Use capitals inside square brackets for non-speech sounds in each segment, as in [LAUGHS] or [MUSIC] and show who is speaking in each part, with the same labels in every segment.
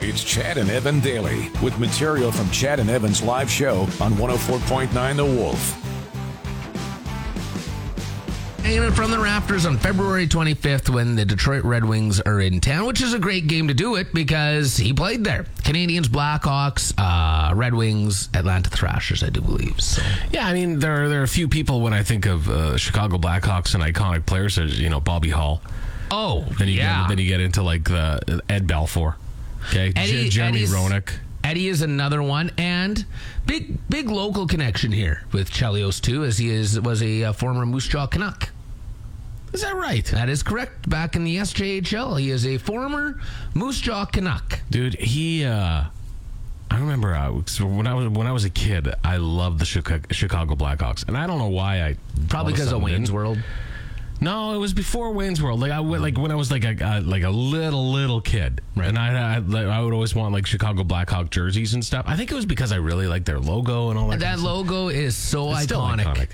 Speaker 1: It's Chad and Evan Daily with material from Chad and Evan's live show on 104.9 The Wolf.
Speaker 2: Hanging it from the rafters on February 25th when the Detroit Red Wings are in town, which is a great game to do it because he played there. Canadians, Blackhawks, uh, Red Wings, Atlanta Thrashers, I do believe. So.
Speaker 3: Yeah, I mean there are, there are a few people when I think of uh, Chicago Blackhawks and iconic players. There's you know Bobby Hall.
Speaker 2: Oh,
Speaker 3: Then you
Speaker 2: yeah.
Speaker 3: get, then you get into like the Ed Balfour. Okay, J-
Speaker 2: Eddie-
Speaker 3: Jeremy
Speaker 2: Eddie's-
Speaker 3: Roenick.
Speaker 2: Eddie is another one, and big big local connection here with Chelios too, as he is was a uh, former Moose Jaw Canuck.
Speaker 3: Is that right,
Speaker 2: That is correct. Back in the SJHL, he is a former Moose Jaw Canuck.
Speaker 3: dude? He. uh I remember uh, so when I was when I was a kid, I loved the Chica- Chicago Blackhawks, and I don't know why I all
Speaker 2: Probably
Speaker 3: a
Speaker 2: because of
Speaker 3: sudden
Speaker 2: Wayne's
Speaker 3: didn't.
Speaker 2: World.
Speaker 3: No, it was before Wayne's World. Like I went, like when I was like a, a like a little little kid, and I I, like, I would always want like Chicago Blackhawk jerseys and stuff. I think it was because I really liked their logo and all that. kind
Speaker 2: That
Speaker 3: of stuff.
Speaker 2: logo is so
Speaker 3: It's still
Speaker 2: iconic.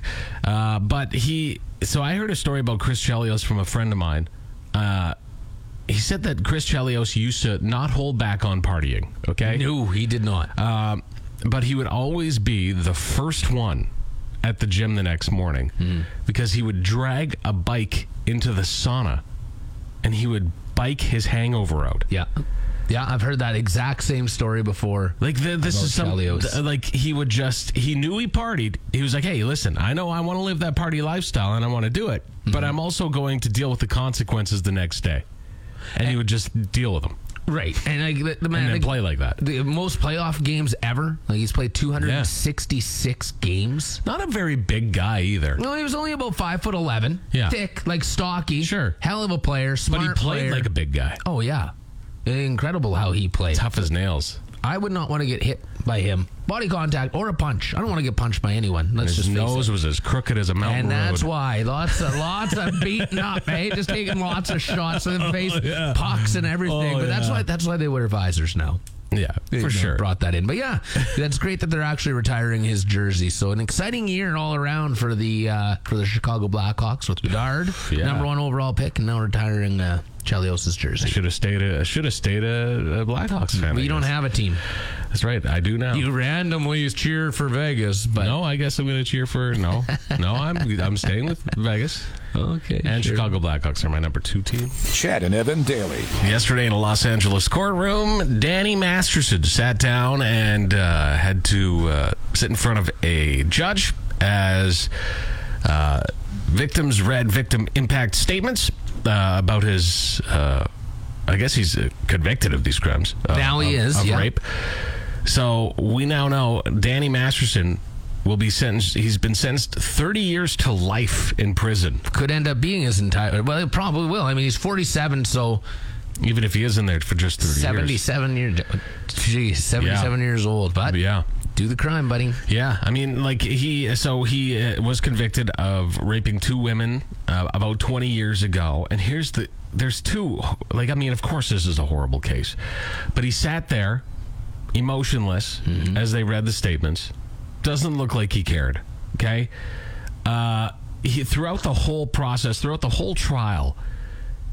Speaker 3: Uh, but he, so I heard a story about Chris Chelios from a friend of mine. Uh, he said that Chris Chelios used to not hold back on partying. Okay,
Speaker 2: No, he did not.
Speaker 3: um, but he would always be the first one at the gym the next morning because he would drag a bike into the sauna and he would bike his hangover out.
Speaker 2: yeah. Yeah, I've heard that exact same story before.
Speaker 3: Like th this
Speaker 2: About
Speaker 3: is some
Speaker 2: Chelios.
Speaker 3: th- like he would just he knew he partied. He was like, "Hey, listen, I know I want to live that party lifestyle and I want to do it,
Speaker 2: Mm-hmm.
Speaker 3: but I'm also going to deal with the consequences the next day." And he would just deal with them
Speaker 2: Right. And like the, the
Speaker 3: and
Speaker 2: man
Speaker 3: then
Speaker 2: like,
Speaker 3: play like that.
Speaker 2: the most playoff games ever. Like he's played 266 games.
Speaker 3: Not a very big guy either.
Speaker 2: No, he was only about five foot eleven.
Speaker 3: Yeah.
Speaker 2: Thick, like stocky.
Speaker 3: Sure.
Speaker 2: Hell of a player.
Speaker 3: But
Speaker 2: Smart
Speaker 3: he played
Speaker 2: player.
Speaker 3: like a big guy.
Speaker 2: Oh yeah. Incredible how he played.
Speaker 3: Tough as nails.
Speaker 2: I would not want to get hit by him. Body contact or a punch. I don't want to get punched by anyone. Let's
Speaker 3: His
Speaker 2: just face it.
Speaker 3: nose was as crooked as a mountain
Speaker 2: And that's
Speaker 3: road.
Speaker 2: why lots of lots of beating up, eh? Just taking lots of shots in the face,
Speaker 3: Oh, yeah.
Speaker 2: pucks and everything.
Speaker 3: Oh,
Speaker 2: but that's
Speaker 3: yeah.
Speaker 2: why that's why they wear visors now.
Speaker 3: yeah,
Speaker 2: They
Speaker 3: for sure.
Speaker 2: brought that in. But yeah, that's great that they're actually retiring his jersey. So an exciting year all around for the uh, for the Chicago Blackhawks with Bedard,
Speaker 3: Yeah.
Speaker 2: number one overall pick, and now retiring uh, Chelios's jersey.
Speaker 3: Should have stayed a should have stayed a, a Blackhawks fan.
Speaker 2: But
Speaker 3: I
Speaker 2: you don't
Speaker 3: guess.
Speaker 2: have a team.
Speaker 3: That's right. I do now.
Speaker 2: You randomly cheer for Vegas, but
Speaker 3: no, I guess I'm going to cheer for
Speaker 2: [LAUGHS]
Speaker 3: no, no. I'm I'm staying with Vegas
Speaker 2: okay,
Speaker 3: and
Speaker 2: sure.
Speaker 3: Chicago Blackhawks are my number two team.
Speaker 1: Chad and Evan Daily.
Speaker 3: Yesterday in a Los Angeles courtroom, Danny Masterson sat down and uh, had to uh, sit in front of a judge as uh, victims read victim impact statements uh, about his. Uh, I guess he's uh, convicted of these crimes. uh,
Speaker 2: Now he
Speaker 3: of-
Speaker 2: is,
Speaker 3: of
Speaker 2: yeah.
Speaker 3: rape. So we now know Danny Masterson will be sentenced. He's been sentenced 30 years to life in prison,
Speaker 2: Could end up being his entire. Well, it probably will. I mean, he's forty-seven, so
Speaker 3: even if he is in there for just 30 years.
Speaker 2: 77 years. Geez, 77 years old. But
Speaker 3: Yeah.
Speaker 2: do the crime, buddy.
Speaker 3: Yeah, I mean, like he, so he uh, was convicted of raping two women uh, about 20 years ago, and here's the, there's two, like, I mean, of course, this is a horrible case, but he sat there, emotionless, as they read the statements. Doesn't look like he cared. Okay, uh, he throughout the whole process, throughout the whole trial,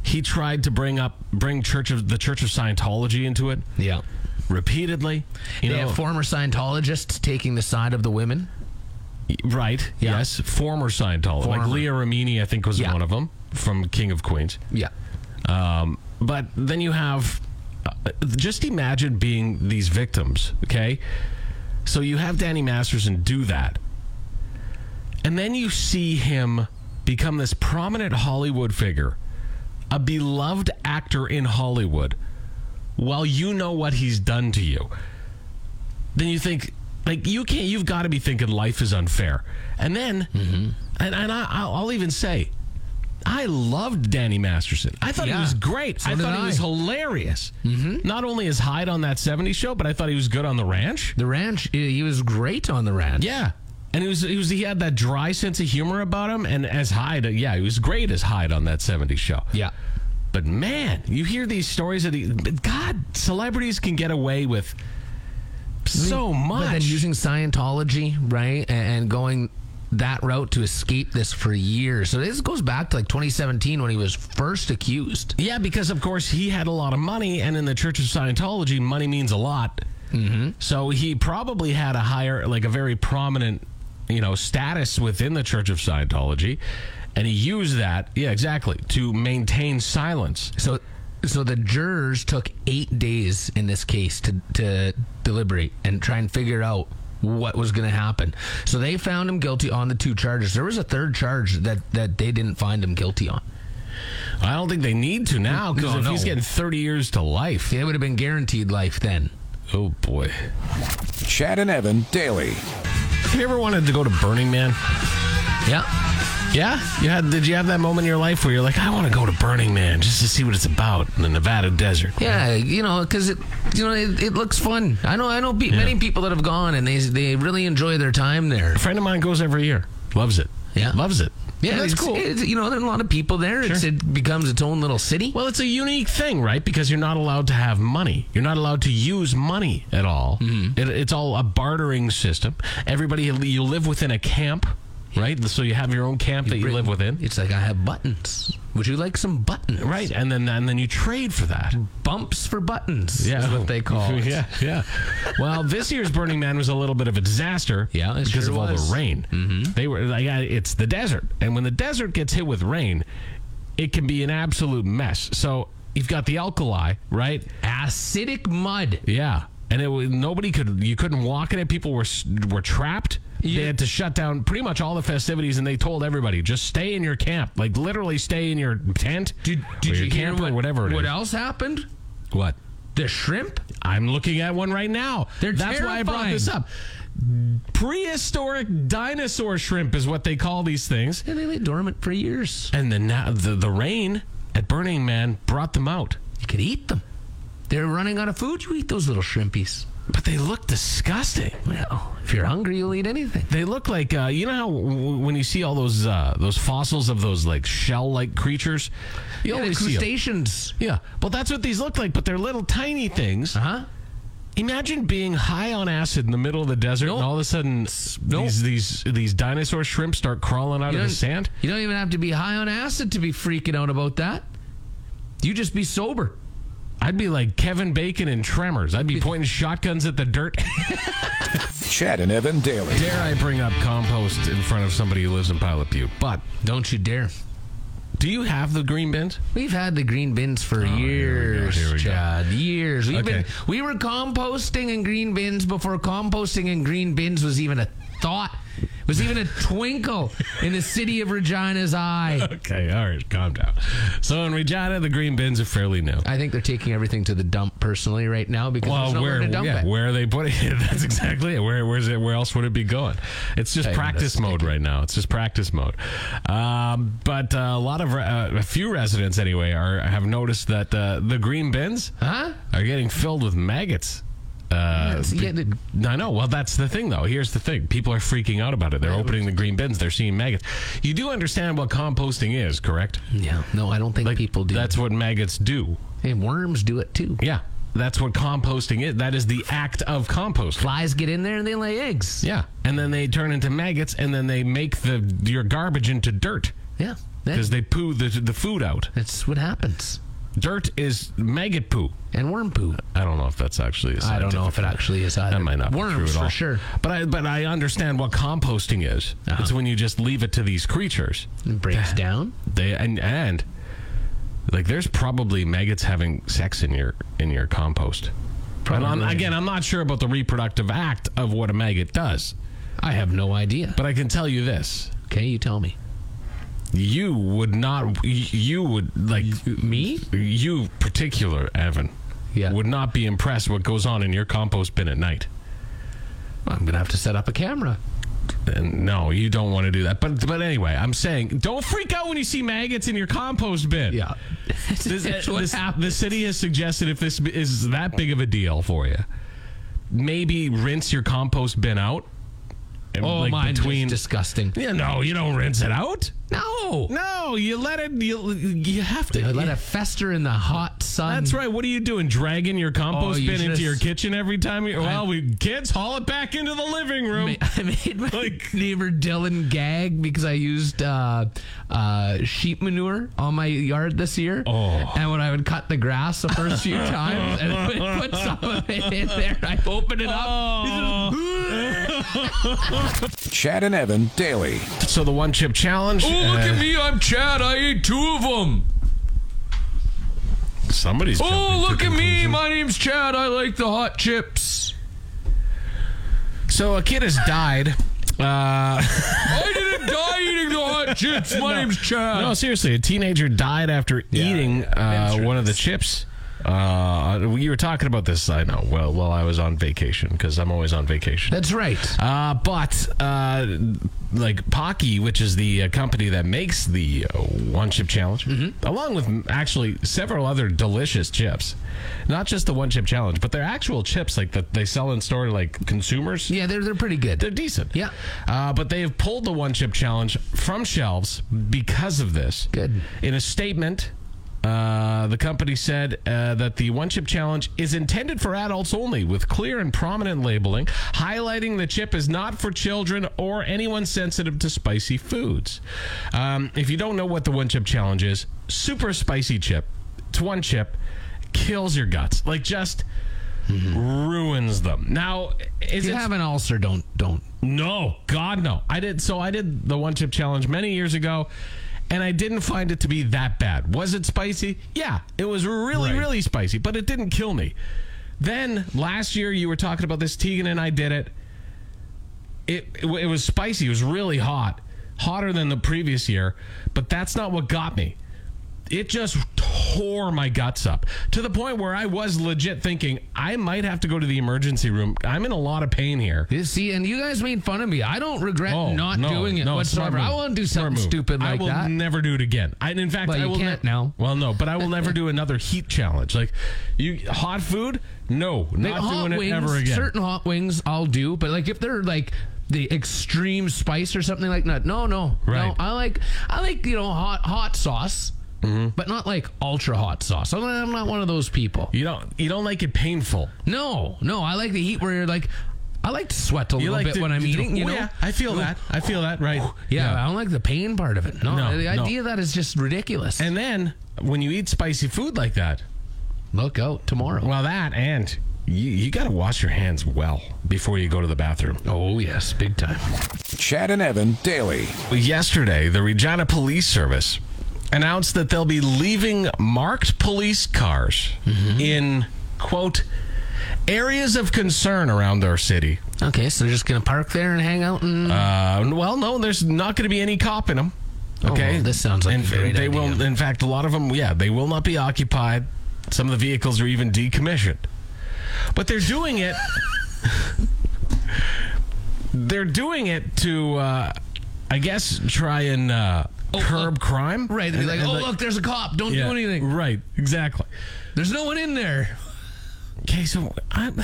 Speaker 3: he tried to bring up, bring Church of the Church of Scientology into it
Speaker 2: Yeah.
Speaker 3: repeatedly. You
Speaker 2: They
Speaker 3: know,
Speaker 2: have former Scientologists taking the side of the women.
Speaker 3: Right.
Speaker 2: Yeah.
Speaker 3: Yes. Former Scientologist,
Speaker 2: Former.
Speaker 3: like Leah Remini, I think was
Speaker 2: Yeah.
Speaker 3: one of them from King of Queens.
Speaker 2: Yeah.
Speaker 3: Um, but then you have, uh, just imagine being these victims. Okay, so you have Danny Masterson do that, and then you see him become this prominent Hollywood figure, a beloved actor in Hollywood, while you know what he's done to you then you think like you can't you've got to be thinking life is unfair and then
Speaker 2: Mm-hmm.
Speaker 3: and, and I, I'll, I'll even say i loved danny masterson i thought
Speaker 2: Yeah.
Speaker 3: he was great
Speaker 2: So
Speaker 3: i
Speaker 2: did
Speaker 3: thought
Speaker 2: I. Mm-hmm.
Speaker 3: he was hilarious not only his hide on that 70s show but i thought he was good on the ranch
Speaker 2: The ranch, eh, he was great on the ranch.
Speaker 3: yeah and he was he was he had that dry sense of humor about him and as hyde yeah he was great as hyde on that 70s show
Speaker 2: Yeah.
Speaker 3: but man, you hear these stories that he, but God, celebrities can get away with so much.
Speaker 2: But then using Scientology, right? a- And going that route to escape this for years. So this goes back to like 2017 when he was first accused.
Speaker 3: Yeah, because of course he had a lot of money, and in the Church of Scientology, money means a lot. Mm-hmm. So he probably had a higher, like a very prominent, you know, status within the Church of Scientology, and he used that, yeah, exactly, to maintain silence.
Speaker 2: So so the jurors took 8 days in this case to to deliberate and try and figure out what was going to happen. So they found him guilty on the two charges. There was a third charge that that they didn't find him guilty on.
Speaker 3: I don't think they need to now because
Speaker 2: No,
Speaker 3: if
Speaker 2: no.
Speaker 3: he's getting thirty years to life,
Speaker 2: They would have been guaranteed life then.
Speaker 3: oh boy.
Speaker 1: Chad and Evan daily.
Speaker 3: Have you ever wanted to go to Burning Man?
Speaker 2: Yeah.
Speaker 3: Yeah, you had. Did you have that moment in your life where you're like, I want to go to Burning Man just to see what it's about in the Nevada desert?
Speaker 2: Yeah, you know, because it, you know, it, it looks fun. I know, I know, pe- many people that have gone and they they really enjoy their time there.
Speaker 3: A friend of mine goes every year. Loves it.
Speaker 2: Yeah.
Speaker 3: Loves it.
Speaker 2: Yeah,
Speaker 3: And that's
Speaker 2: it's,
Speaker 3: cool.
Speaker 2: it's- you know, there are a lot of people there. It's,
Speaker 3: Sure.
Speaker 2: it becomes its own little city.
Speaker 3: well, it's a unique thing, right? Because you're not allowed to have money. You're not allowed to use money at all. It, it's all a bartering system. Everybody, you live within a camp, right? So you have your own camp that you
Speaker 2: Brit-
Speaker 3: live within,
Speaker 2: It's like I have buttons. Would you like some buttons?
Speaker 3: right? And then and then you trade for that.
Speaker 2: Hmm. Bumps for buttons.
Speaker 3: Yeah,
Speaker 2: is what they [LAUGHS]
Speaker 3: [LAUGHS]
Speaker 2: call it.
Speaker 3: yeah, yeah. Well, this year's Burning Man was a little bit of a disaster.
Speaker 2: Yeah, it
Speaker 3: because
Speaker 2: sure
Speaker 3: of all
Speaker 2: was.
Speaker 3: the rain. Mm-hmm. They were like, uh, it's the desert, and when the desert gets hit with rain, it can be an absolute mess. So you've got the alkali, right?
Speaker 2: Acidic mud.
Speaker 3: Yeah, and it was nobody could you couldn't walk in it. People were s- were trapped. They had to shut down pretty much all the festivities, and they told everybody just stay in your camp, like literally stay in your tent, or your
Speaker 2: hear
Speaker 3: camp or
Speaker 2: what-
Speaker 3: whatever it is.
Speaker 2: What else happened?
Speaker 3: What?
Speaker 2: The shrimp.
Speaker 3: I'm looking at one right now.
Speaker 2: They're
Speaker 3: That's why I brought
Speaker 2: terrifying.
Speaker 3: this up. Prehistoric dinosaur shrimp is what they call these things.
Speaker 2: Yeah, they lay dormant for years.
Speaker 3: And the na- the, the rain at Burning Man brought them out.
Speaker 2: You could eat them. They're running out of food. You eat those little shrimpies.
Speaker 3: But they look disgusting.
Speaker 2: Well, if you're hungry, you'll eat anything.
Speaker 3: They look like uh, you know how w- w- when you see all those uh, those fossils of those like shell like creatures, you
Speaker 2: Yeah, the
Speaker 3: always see 'em.
Speaker 2: crustaceans.
Speaker 3: Yeah, well that's what these look like, but they're little tiny things.
Speaker 2: Huh?
Speaker 3: Imagine being high on acid in the middle of the desert, and all of a sudden, these these these dinosaur shrimp start crawling out of the
Speaker 2: don't-
Speaker 3: sand.
Speaker 2: You don't even have to be high on acid to be freaking out about that. You just be sober.
Speaker 3: I'd be like Kevin Bacon in Tremors. I'd be pointing shotguns at the dirt. [LAUGHS]
Speaker 1: Chad and Evan daily.
Speaker 3: Dare I bring up compost in front of somebody who lives in Pilot Butte? But
Speaker 2: Don't you dare.
Speaker 3: do you have the green bins?
Speaker 2: We've had the green bins for
Speaker 3: Oh, here we go,
Speaker 2: years,
Speaker 3: here we go.
Speaker 2: Chad. Years. We've been
Speaker 3: Okay.
Speaker 2: we were composting in green bins before composting in green bins was even a thought. Was
Speaker 3: [LAUGHS]
Speaker 2: even a twinkle in the city of Regina's eye.
Speaker 3: Okay, all right, calm down. So in Regina, the green bins are fairly new.
Speaker 2: I think they're taking everything to the dump personally right now because there's
Speaker 3: Well,
Speaker 2: nowhere to
Speaker 3: where
Speaker 2: dump
Speaker 3: yeah,
Speaker 2: it.
Speaker 3: where are they putting it? [LAUGHS] That's exactly it. Where where's it? Where else would it be going? It's just practice mode right now. It's just practice mode. Um, but uh, a lot of re- uh, a few residents anyway are have noticed that uh, the green bins
Speaker 2: Huh?
Speaker 3: are getting filled with maggots. Uh,
Speaker 2: It's- yeah, the-
Speaker 3: I know. Well, that's the thing, though. Here's the thing: people are freaking out about it. They're opening the green bins. They're seeing maggots. You do understand what composting is, correct?
Speaker 2: yeah. No, I don't think people do.
Speaker 3: That's what maggots do.
Speaker 2: and worms do it too.
Speaker 3: Yeah, that's what composting is. That is the act of compost.
Speaker 2: Flies get in there and they lay eggs.
Speaker 3: Yeah, and then they turn into maggots, and then they make the your garbage into dirt
Speaker 2: Yeah. that-
Speaker 3: because they poo the the food out.
Speaker 2: that's what happens.
Speaker 3: Dirt is maggot poo.
Speaker 2: And worm poo.
Speaker 3: I don't know if that's actually. I
Speaker 2: I don't know if it actually is either.
Speaker 3: That might not
Speaker 2: Worms
Speaker 3: be true at
Speaker 2: for
Speaker 3: all.
Speaker 2: sure. Uh-huh.
Speaker 3: But I but I understand what composting is. It's when you just leave it to these creatures.
Speaker 2: It breaks down.
Speaker 3: They and and like there's probably maggots having sex in your in your compost. And I'm,
Speaker 2: Probably.
Speaker 3: again, I'm not sure about the reproductive act of what a maggot does,
Speaker 2: I have no idea.
Speaker 3: but I can tell you this:
Speaker 2: Okay, you tell me.
Speaker 3: you would not, you would like
Speaker 2: Me?
Speaker 3: you particular Evan,
Speaker 2: Yeah.
Speaker 3: would not be impressed what goes on in your compost bin at night.
Speaker 2: I'm gonna have to set up a camera.
Speaker 3: And no, you don't want to do that. But but anyway, I'm saying don't freak out when you see maggots in your compost
Speaker 2: [LAUGHS]
Speaker 3: bin.
Speaker 2: Yeah.
Speaker 3: This,
Speaker 2: That's [LAUGHS] what
Speaker 3: this-
Speaker 2: happened.
Speaker 3: the city has suggested if this is that big of a deal for you, maybe rinse your compost bin out. And,
Speaker 2: Oh,
Speaker 3: like,
Speaker 2: mine between disgusting.
Speaker 3: yeah, no, you don't rinse it out.
Speaker 2: No.
Speaker 3: No, you let it. You, you have to.
Speaker 2: I let it fester in the hot sun.
Speaker 3: That's right. What are you doing? Dragging your compost
Speaker 2: Oh, you
Speaker 3: bin into
Speaker 2: just-
Speaker 3: your kitchen every time? You, well, we kids haul it back into the living room.
Speaker 2: I made [LAUGHS] my
Speaker 3: Like-
Speaker 2: neighbor Dylan gag because I used uh, uh, sheep manure on my yard this year.
Speaker 3: Oh.
Speaker 2: And when I would cut the grass the first [LAUGHS] few times and I would put some of it in there, I opened it up.
Speaker 1: Chad and Evan daily.
Speaker 3: So the one chip challenge. uh,
Speaker 2: Oh, me, I'm Chad. I ate two of them.
Speaker 3: Somebody's.
Speaker 2: Oh,
Speaker 3: jumping to conclusions.
Speaker 2: My name's Chad. I like the hot chips.
Speaker 3: So a kid has died. Uh,
Speaker 2: I didn't die eating the hot chips. My name's Chad.
Speaker 3: [LAUGHS] no, seriously, a teenager died after eating uh, one of the chips. Uh, you were talking about this, I know. Well, while I was on vacation, because I'm always on vacation.
Speaker 2: That's right.
Speaker 3: Uh, but uh, like Pocky, which is the uh, company that makes the uh, one chip challenge, along with m- actually several other delicious chips, not just the one chip challenge, but they're actual chips like that they sell in store to like consumers.
Speaker 2: Yeah, they're, they're pretty good.
Speaker 3: They're decent.
Speaker 2: Yeah.
Speaker 3: Uh, but they have pulled the one chip challenge from shelves because of this.
Speaker 2: Good.
Speaker 3: In a statement. Uh, the company said uh, that the one chip challenge is intended for adults only with clear and prominent labeling, highlighting the chip is not for children or anyone sensitive to spicy foods. Um, if you don't know what the one chip challenge is, super spicy chip, it's one chip, kills your guts. Like just ruins them. Now, is
Speaker 2: If Mm-hmm. you
Speaker 3: it
Speaker 2: have an ulcer, don't don't
Speaker 3: no, God, no. I did. So I did the one chip challenge many years ago, and I didn't find it to be that bad. Was it spicy? Yeah, it was really,
Speaker 2: Right.
Speaker 3: really spicy, but it didn't kill me. Then last year, you were talking about this. Tegan and I did it. It, it, w- it was spicy. It was really hot, hotter than the previous year, but that's not what got me. It just tore my guts up to the point where I was legit thinking I might have to go to the emergency room. I'm in a lot of pain here.
Speaker 2: You see, and you guys made fun of me. I don't regret
Speaker 3: Oh,
Speaker 2: not
Speaker 3: no,
Speaker 2: doing it
Speaker 3: no, smart
Speaker 2: whatsoever.
Speaker 3: move.
Speaker 2: I won't do
Speaker 3: Smart
Speaker 2: something
Speaker 3: move.
Speaker 2: stupid like
Speaker 3: I will
Speaker 2: that.
Speaker 3: never do it again. I, and in fact,
Speaker 2: Well,
Speaker 3: I
Speaker 2: you
Speaker 3: will
Speaker 2: can't
Speaker 3: ne-
Speaker 2: now.
Speaker 3: Well, no, but I will never do another heat challenge. Like you, hot food, no,
Speaker 2: Like,
Speaker 3: not
Speaker 2: hot
Speaker 3: doing it
Speaker 2: wings,
Speaker 3: ever again.
Speaker 2: certain hot wings I'll do, but like if they're like the extreme spice or something like that, no, no,
Speaker 3: Right.
Speaker 2: no. I like I like you know hot hot sauce,
Speaker 3: Mm-hmm.
Speaker 2: but not like ultra hot sauce. I'm not, I'm not one of those people.
Speaker 3: you don't, you don't like it painful.
Speaker 2: No, no. I like the heat where you're like. I like to sweat a
Speaker 3: You
Speaker 2: little
Speaker 3: like
Speaker 2: bit
Speaker 3: to-
Speaker 2: when I'm
Speaker 3: you do-
Speaker 2: eating. You
Speaker 3: Oh,
Speaker 2: know,
Speaker 3: yeah, I feel that. I feel that. Right.
Speaker 2: yeah, I don't like the pain part of it. No,
Speaker 3: No,
Speaker 2: the
Speaker 3: no.
Speaker 2: idea of that is just ridiculous.
Speaker 3: And then when you eat spicy food like that,
Speaker 2: look out tomorrow.
Speaker 3: well, that and you, you got to wash your hands well before you go to the bathroom.
Speaker 2: oh yes, big time.
Speaker 1: Chad and Evan daily.
Speaker 3: Yesterday, the Regina Police Service announced that they'll be leaving marked police cars in, quote, areas of concern around our city.
Speaker 2: Okay, so they're just gonna park there and hang out and
Speaker 3: Uh, well, no, there's not going to be any cop in them.
Speaker 2: Oh,
Speaker 3: Okay,
Speaker 2: well, this sounds like
Speaker 3: And
Speaker 2: a great
Speaker 3: they
Speaker 2: idea.
Speaker 3: will. In fact, a lot of them, yeah, they will not be occupied. Some of the vehicles are even decommissioned, but they're doing it. [LAUGHS] they're doing it to, uh, I guess, try and uh,
Speaker 2: Oh,
Speaker 3: curb crime.
Speaker 2: right. They'd be
Speaker 3: And-
Speaker 2: like,
Speaker 3: and
Speaker 2: "Oh
Speaker 3: like-
Speaker 2: look, there's a cop. Don't
Speaker 3: yeah,
Speaker 2: do anything.
Speaker 3: Right. Exactly.
Speaker 2: There's no one in there."
Speaker 3: Okay, so I'm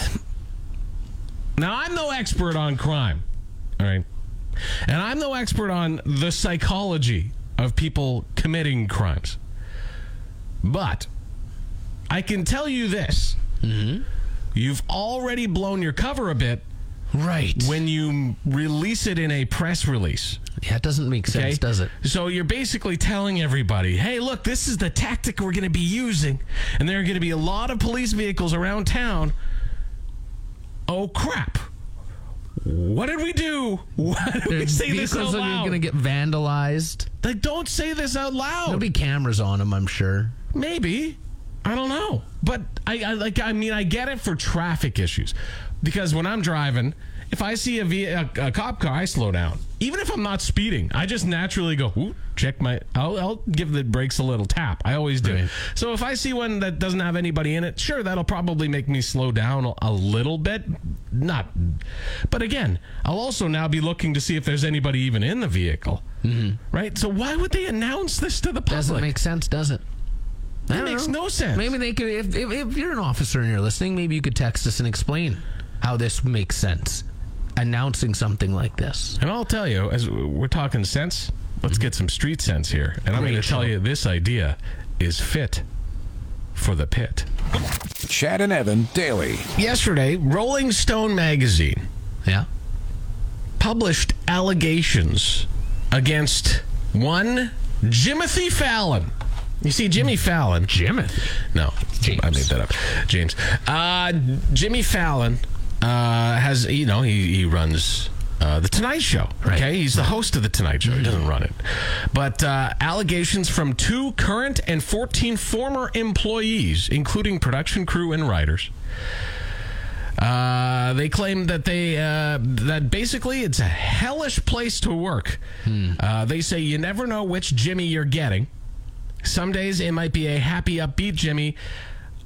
Speaker 3: now I'm no expert on crime, all right, and I'm no expert on the psychology of people committing crimes, but I can tell you this: you've already blown your cover a bit
Speaker 2: Right.
Speaker 3: when you release it in a press release.
Speaker 2: yeah, it doesn't make sense,
Speaker 3: Okay?
Speaker 2: does it?
Speaker 3: So you're basically telling everybody, hey, look, this is the tactic we're going to be using. And there are going to be a lot of police vehicles around town. Oh, crap. What did we do? [LAUGHS] Why did [LAUGHS] we say this out
Speaker 2: vehicles are
Speaker 3: loud?
Speaker 2: gonna get vandalized.
Speaker 3: like, don't say this out loud.
Speaker 2: There'll be cameras on them, I'm sure.
Speaker 3: Maybe. I don't know. But I, I like I mean I get it for traffic issues. Because when I'm driving, if I see a, ve- a, a cop car, I slow down. Even if I'm not speeding, I just naturally go, Ooh, check my I'll, I'll give the brakes a little tap. I always do.
Speaker 2: Right.
Speaker 3: So if I see one that doesn't have anybody in it, sure that'll probably make me slow down a- a little bit. Not But again, I'll also now be looking to see if there's anybody even in the vehicle. Right? So why would they announce this to the public?
Speaker 2: Doesn't make sense, does it? I
Speaker 3: That
Speaker 2: don't
Speaker 3: makes
Speaker 2: know.
Speaker 3: no sense.
Speaker 2: Maybe they could. If, if if you're an officer and you're listening, maybe you could text us and explain how this makes sense. Announcing something like this.
Speaker 3: And I'll tell you, as we're talking sense, let's get some street sense here. And I'm going to
Speaker 2: Great
Speaker 3: tell
Speaker 2: show.
Speaker 3: you this idea is fit for the pit.
Speaker 1: Chad and Evan daily.
Speaker 3: Yesterday, Rolling Stone magazine
Speaker 2: Yeah.
Speaker 3: published allegations against one Jimothy Fallon. You see, Jimmy Fallon.
Speaker 2: Jimothy.
Speaker 3: No,
Speaker 2: James.
Speaker 3: I made that up. James. Uh, Jimmy Fallon uh, has, you know, he, he runs uh, The Tonight Show.
Speaker 2: Right.
Speaker 3: Okay. He's the host of The Tonight Show. He doesn't run it. But uh, allegations from two current and 14 former employees, including production crew and writers. Uh, they claim that they uh, that basically it's a hellish place to work. Uh, they say you never know which Jimmy you're getting. Some days it might be a happy, upbeat Jimmy.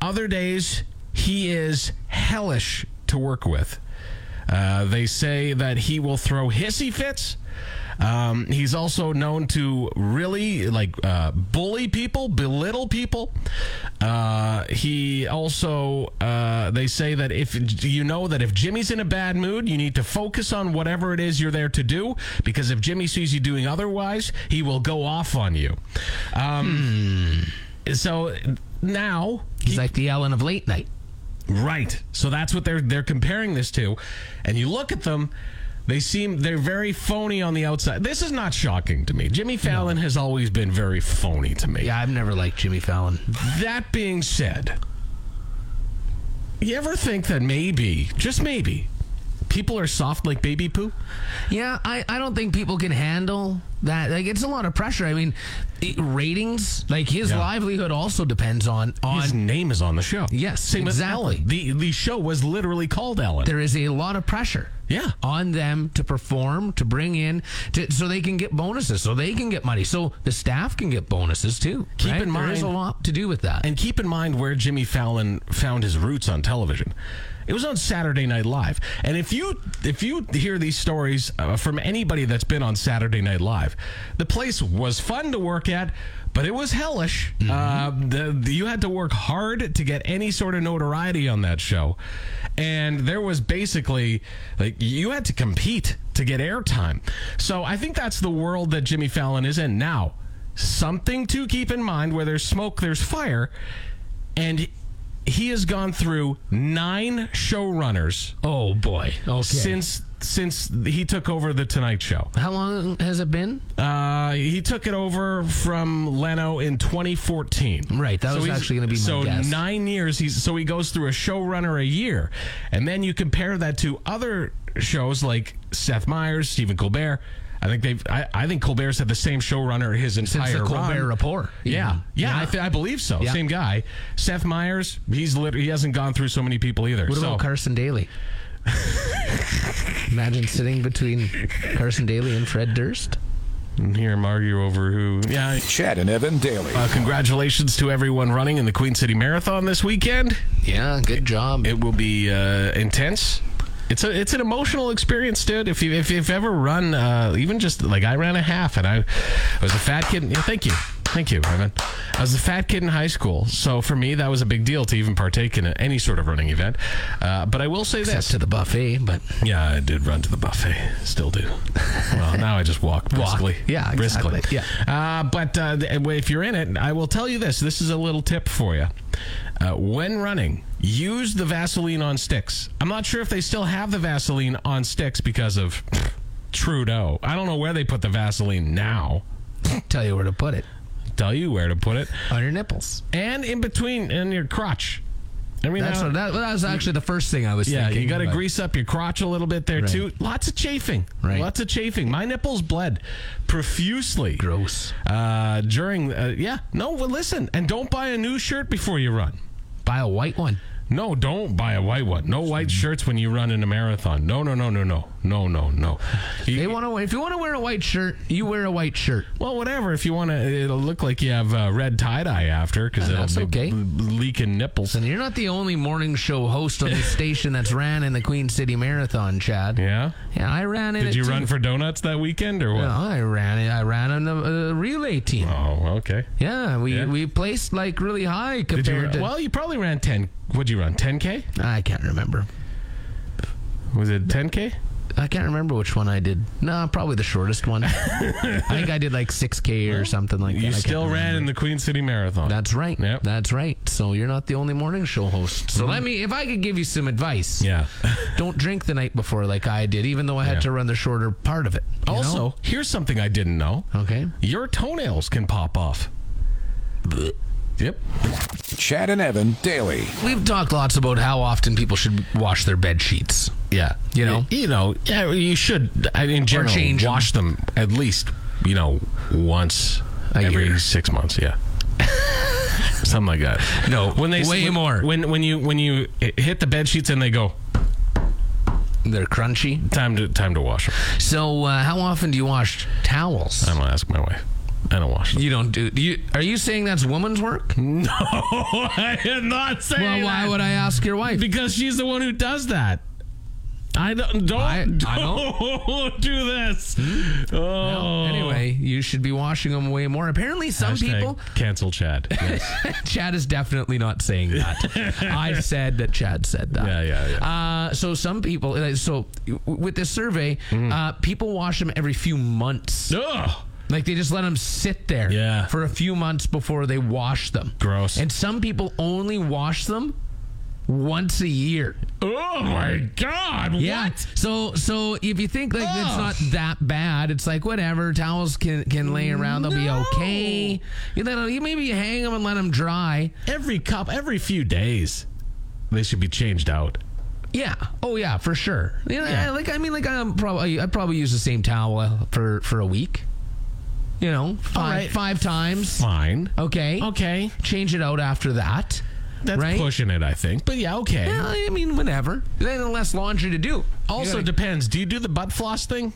Speaker 3: Other days he is hellish to work with. Uh, they say that he will throw hissy fits. Um, he's also known to really like uh, bully people, belittle people. Uh, he also uh, they say that if you know that if Jimmy's in a bad mood, you need to focus on whatever it is you're there to do because if Jimmy sees you doing otherwise, he will go off on you. Um, So now
Speaker 2: He's like the Ellen of late night.
Speaker 3: Right. So that's what they're they're comparing this to, and you look at them. They seem they're very phony on the outside. This is not shocking to me. Jimmy Fallon has always been very phony to me.
Speaker 2: Yeah, I've never liked Jimmy Fallon.
Speaker 3: That being said, you ever think that maybe, just maybe, people are soft like baby poo?
Speaker 2: Yeah, I, I don't think people can handle that. Like it's a lot of pressure. I mean, it, ratings. Like his
Speaker 3: Yeah.
Speaker 2: livelihood also depends on on.
Speaker 3: His name is on the show.
Speaker 2: Yes,
Speaker 3: Same
Speaker 2: exactly.
Speaker 3: with Ellen. The the show was literally called Ellen.
Speaker 2: there is a lot of pressure.
Speaker 3: Yeah.
Speaker 2: On them to perform, to bring in, to, so they can get bonuses, so they can get money, so the staff can get bonuses too.
Speaker 3: Keep
Speaker 2: right?
Speaker 3: in
Speaker 2: there is a
Speaker 3: mind-
Speaker 2: lot to do with that.
Speaker 3: And keep in mind where Jimmy Fallon found his roots on television. It was on Saturday Night Live. And if you if you hear these stories uh, from anybody that's been on Saturday Night Live, the place was fun to work at, but it was hellish. Uh, the, the- you had to work hard to get any sort of notoriety on that show. And there was basically like you had to compete to get airtime. So I think that's the world that Jimmy Fallon is in now something to keep in mind where there's smoke, there's fire. And he has gone through nine showrunners
Speaker 2: oh boy. Okay.
Speaker 3: since since he took over the Tonight Show.
Speaker 2: how long has it been?
Speaker 3: Uh, he took it over from Leno in 2014.
Speaker 2: Right, that was
Speaker 3: he's-
Speaker 2: actually gonna be my
Speaker 3: so
Speaker 2: guess.
Speaker 3: nine years. He's so he goes through a showrunner a year, and then you compare that to other shows like Seth Meyers, Stephen Colbert. I think they've. I, I think Colbert's had the same showrunner his entire
Speaker 2: Since the Colbert
Speaker 3: run.
Speaker 2: Report.
Speaker 3: Yeah,
Speaker 2: even.
Speaker 3: yeah, I, th- I believe so.
Speaker 2: Yeah.
Speaker 3: Same guy, Seth Meyers. He's lit- he hasn't gone through so many people either.
Speaker 2: What
Speaker 3: so.
Speaker 2: about Carson
Speaker 3: [LAUGHS]
Speaker 2: Daly? Imagine sitting between Carson Daly and Fred Durst.
Speaker 3: Here, I'm argue over who. Yeah.
Speaker 1: Chad and Evan daily.
Speaker 3: Uh, congratulations to everyone running in the Queen City Marathon this weekend.
Speaker 2: Yeah, good job.
Speaker 3: It will be uh, intense. It's a it's an emotional experience, dude. If you if you've ever run, uh, even just like I ran a half, and I was a fat kid. Yeah, thank you, thank you, Evan. I was a fat kid in high school, so for me that was a big deal to even partake in a, any sort of running event. Uh, but I will say this:
Speaker 2: Except to the buffet, but
Speaker 3: yeah, I did run to the buffet. Still do. Well, now I
Speaker 2: [LAUGHS]
Speaker 3: just walk briskly.
Speaker 2: Yeah,
Speaker 3: briskly.
Speaker 2: exactly.
Speaker 3: Uh, but uh, th- if you're in it, I will tell you this. This is a little tip for you. Uh, when running, use the Vaseline on sticks. I'm not sure if they still have the Vaseline on sticks because of Trudeau. I don't know where they put the Vaseline now.
Speaker 2: tell you where to put it
Speaker 3: Tell you where to put it,
Speaker 2: on your nipples.
Speaker 3: and in between in your crotch. I mean,
Speaker 2: That's
Speaker 3: I-
Speaker 2: what, that, that was actually the first thing I was
Speaker 3: Yeah,
Speaker 2: thinking.
Speaker 3: you got to
Speaker 2: but-
Speaker 3: grease up your crotch a little bit there
Speaker 2: Right.
Speaker 3: too. Lots of chafing,
Speaker 2: Right.
Speaker 3: Lots of chafing. My nipples bled profusely.
Speaker 2: Gross.
Speaker 3: Uh, during, uh, yeah, no. Well, listen, and don't buy a new shirt before you run.
Speaker 2: Buy a white one.
Speaker 3: No, don't buy a white one. No white shirts when you run in a marathon. No, no, no, no, no, no,
Speaker 2: [LAUGHS]
Speaker 3: no, no. You-
Speaker 2: They want to. If you want to wear a white shirt, you wear a white shirt.
Speaker 3: Well, whatever. If you want to, it'll look like you have uh, red tie dye after because it'll
Speaker 2: Oh, that's
Speaker 3: be
Speaker 2: okay.
Speaker 3: b- leaking nipples.
Speaker 2: And you're not the only morning show host
Speaker 3: [LAUGHS]
Speaker 2: on the station that's ran in the Queen City Marathon, Chad.
Speaker 3: yeah.
Speaker 2: Yeah, I ran in.
Speaker 3: Did
Speaker 2: it
Speaker 3: you
Speaker 2: too.
Speaker 3: run for donuts that weekend or what?
Speaker 2: No, I ran it. I ran on the uh, relay team.
Speaker 3: Oh, okay.
Speaker 2: Yeah, we
Speaker 3: Yeah.
Speaker 2: we placed like really high
Speaker 3: Did you
Speaker 2: compared
Speaker 3: run-
Speaker 2: to.
Speaker 3: well, you probably ran 10. What'd you run? 10K?
Speaker 2: I can't remember.
Speaker 3: Was it 10K?
Speaker 2: I can't remember which one I did. No, probably the shortest
Speaker 3: [LAUGHS]
Speaker 2: one. I think I did like 6K or something like that.
Speaker 3: You
Speaker 2: I can't
Speaker 3: still ran in the Queen City Marathon.
Speaker 2: That's right.
Speaker 3: Yep. Mm-hmm.
Speaker 2: That's right. So you're not the only morning show host. So let me, if I could give you some advice, [LAUGHS]
Speaker 3: yeah.
Speaker 2: don't drink the night before like I did, even though I had
Speaker 3: Yeah.
Speaker 2: to run the shorter part of it. you know?
Speaker 3: also, here's something I didn't know.
Speaker 2: okay.
Speaker 3: Your toenails can pop off. Yep.
Speaker 1: Chad and Evan daily.
Speaker 2: We've talked lots about how often people should wash their bed sheets.
Speaker 3: Yeah.
Speaker 2: You know?
Speaker 3: Y- you know, yeah, you should I mean in general
Speaker 2: change 'em.
Speaker 3: wash them. at least, you know, once
Speaker 2: A
Speaker 3: every
Speaker 2: year.
Speaker 3: 6 months,
Speaker 2: [LAUGHS]
Speaker 3: yeah. Something like that. No, when they
Speaker 2: way
Speaker 3: when-
Speaker 2: more.
Speaker 3: When when you when you h- hit the bed sheets and they go
Speaker 2: They're crunchy.
Speaker 3: time to time to wash them.
Speaker 2: So uh, how often do you wash towels?
Speaker 3: I don't ask my wife. I
Speaker 2: [LAUGHS]
Speaker 3: don't wash them.
Speaker 2: you don't do. do You, are you saying that's woman's work?
Speaker 3: No, I am not saying
Speaker 2: Well, why
Speaker 3: that.
Speaker 2: would I ask your wife?
Speaker 3: Because she's the one who does that. I don't don't,
Speaker 2: I- I
Speaker 3: don't,
Speaker 2: don't.
Speaker 3: [LAUGHS]
Speaker 2: Hmm?
Speaker 3: do this. Oh.
Speaker 2: Anyway, you should be washing them way more. Apparently, some
Speaker 3: Hashtag
Speaker 2: people. [LAUGHS]
Speaker 3: cancel Chad. Yes.
Speaker 2: Chad is definitely not saying
Speaker 3: [LAUGHS]
Speaker 2: that. I said that Chad said that.
Speaker 3: Yeah, yeah, yeah.
Speaker 2: Uh, so some people, uh, so w- with this survey,
Speaker 3: Mm.
Speaker 2: uh, people wash them every few months.
Speaker 3: Ugh.
Speaker 2: Like they just let them sit there
Speaker 3: Yeah.
Speaker 2: for a few months before they wash them.
Speaker 3: Gross.
Speaker 2: And some people only wash them once a year.
Speaker 3: Oh my God!
Speaker 2: Yeah. So so if you think like it's
Speaker 3: Ugh.
Speaker 2: not that bad, it's like whatever. Towels can can lay around. They'll
Speaker 3: No.
Speaker 2: be okay. You know, you maybe you hang them and let them dry.
Speaker 3: Every cup, every few days, they should be changed out.
Speaker 2: Yeah. Oh yeah, for sure. You know,
Speaker 3: Yeah.
Speaker 2: Like I mean, like I'm probably I probably use the same towel uh, for for a week. You know, five
Speaker 3: right.
Speaker 2: five times.
Speaker 3: Fine.
Speaker 2: Okay.
Speaker 3: Okay,
Speaker 2: Change it out after that.
Speaker 3: that's
Speaker 2: right?
Speaker 3: pushing it, I think. But yeah, okay.
Speaker 2: Well, I mean, whenever. Then less laundry to do.
Speaker 3: Also
Speaker 2: You gotta-
Speaker 3: depends. Do you do the butt floss thing?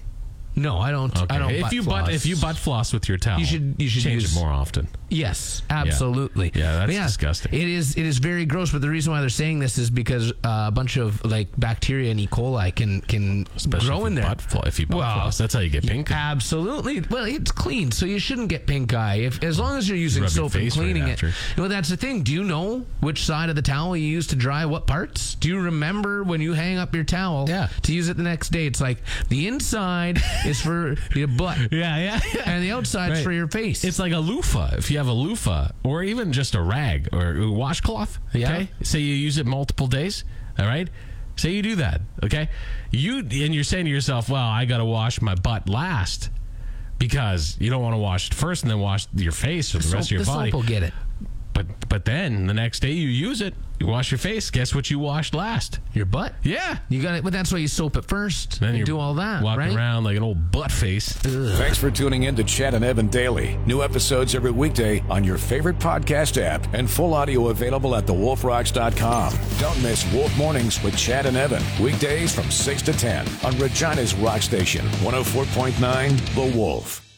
Speaker 2: no, I don't. I don't.
Speaker 3: if
Speaker 2: butt
Speaker 3: you
Speaker 2: floss.
Speaker 3: butt if you butt floss with your towel,
Speaker 2: You should- you should
Speaker 3: change
Speaker 2: use-
Speaker 3: it more often.
Speaker 2: Yes, absolutely.
Speaker 3: Yeah, that's
Speaker 2: But
Speaker 3: disgusting.
Speaker 2: It is. It is very gross. But the reason why they're saying this is because uh, a bunch of like bacteria and E. coli can can
Speaker 3: Especially if
Speaker 2: grow
Speaker 3: you
Speaker 2: in there.
Speaker 3: Butt flo- if you butt
Speaker 2: Well,
Speaker 3: floss, that's how you get pink. eye.
Speaker 2: Absolutely. Well, it's clean, so you shouldn't get pink eye if, as long as you're using
Speaker 3: rub your
Speaker 2: soap and
Speaker 3: face right
Speaker 2: cleaning it.
Speaker 3: after.
Speaker 2: Well, that's the thing. Do you know which side of the towel you use to dry what parts? Do you remember when you hang up your towel
Speaker 3: Yeah.
Speaker 2: to use it the next day? It's like the
Speaker 3: [LAUGHS]
Speaker 2: inside is for your butt
Speaker 3: Yeah, yeah, yeah.
Speaker 2: and the outside's
Speaker 3: Right.
Speaker 2: for your face.
Speaker 3: It's like a loofah. If you have a loofah, or even just a rag or a washcloth,
Speaker 2: Yeah.
Speaker 3: okay? Say you use it multiple days, all right? Say you do that, okay? You and you're saying to yourself, "Well, I got to wash my butt last." Because you don't want to wash it first and then wash your face or the rest
Speaker 2: Soap-
Speaker 3: of your
Speaker 2: the
Speaker 3: body.
Speaker 2: soap will get it.
Speaker 3: But but then the next day you use it, you wash your face. Guess what you washed last?
Speaker 2: Your butt.
Speaker 3: Yeah.
Speaker 2: You got it. But that's why you soap it first.
Speaker 3: Then
Speaker 2: and
Speaker 3: you're
Speaker 2: do all that,
Speaker 3: walking
Speaker 2: right?
Speaker 3: around like an old butt face.
Speaker 1: Thanks for tuning in to Chad and Evan daily. New episodes every weekday on your favorite podcast app and full audio available at thewolfrocks.com. Don't miss Wolf Mornings with Chad and Evan. oh Weekdays from 6 to 10 on Regina's Rock Station, 104.9 The Wolf.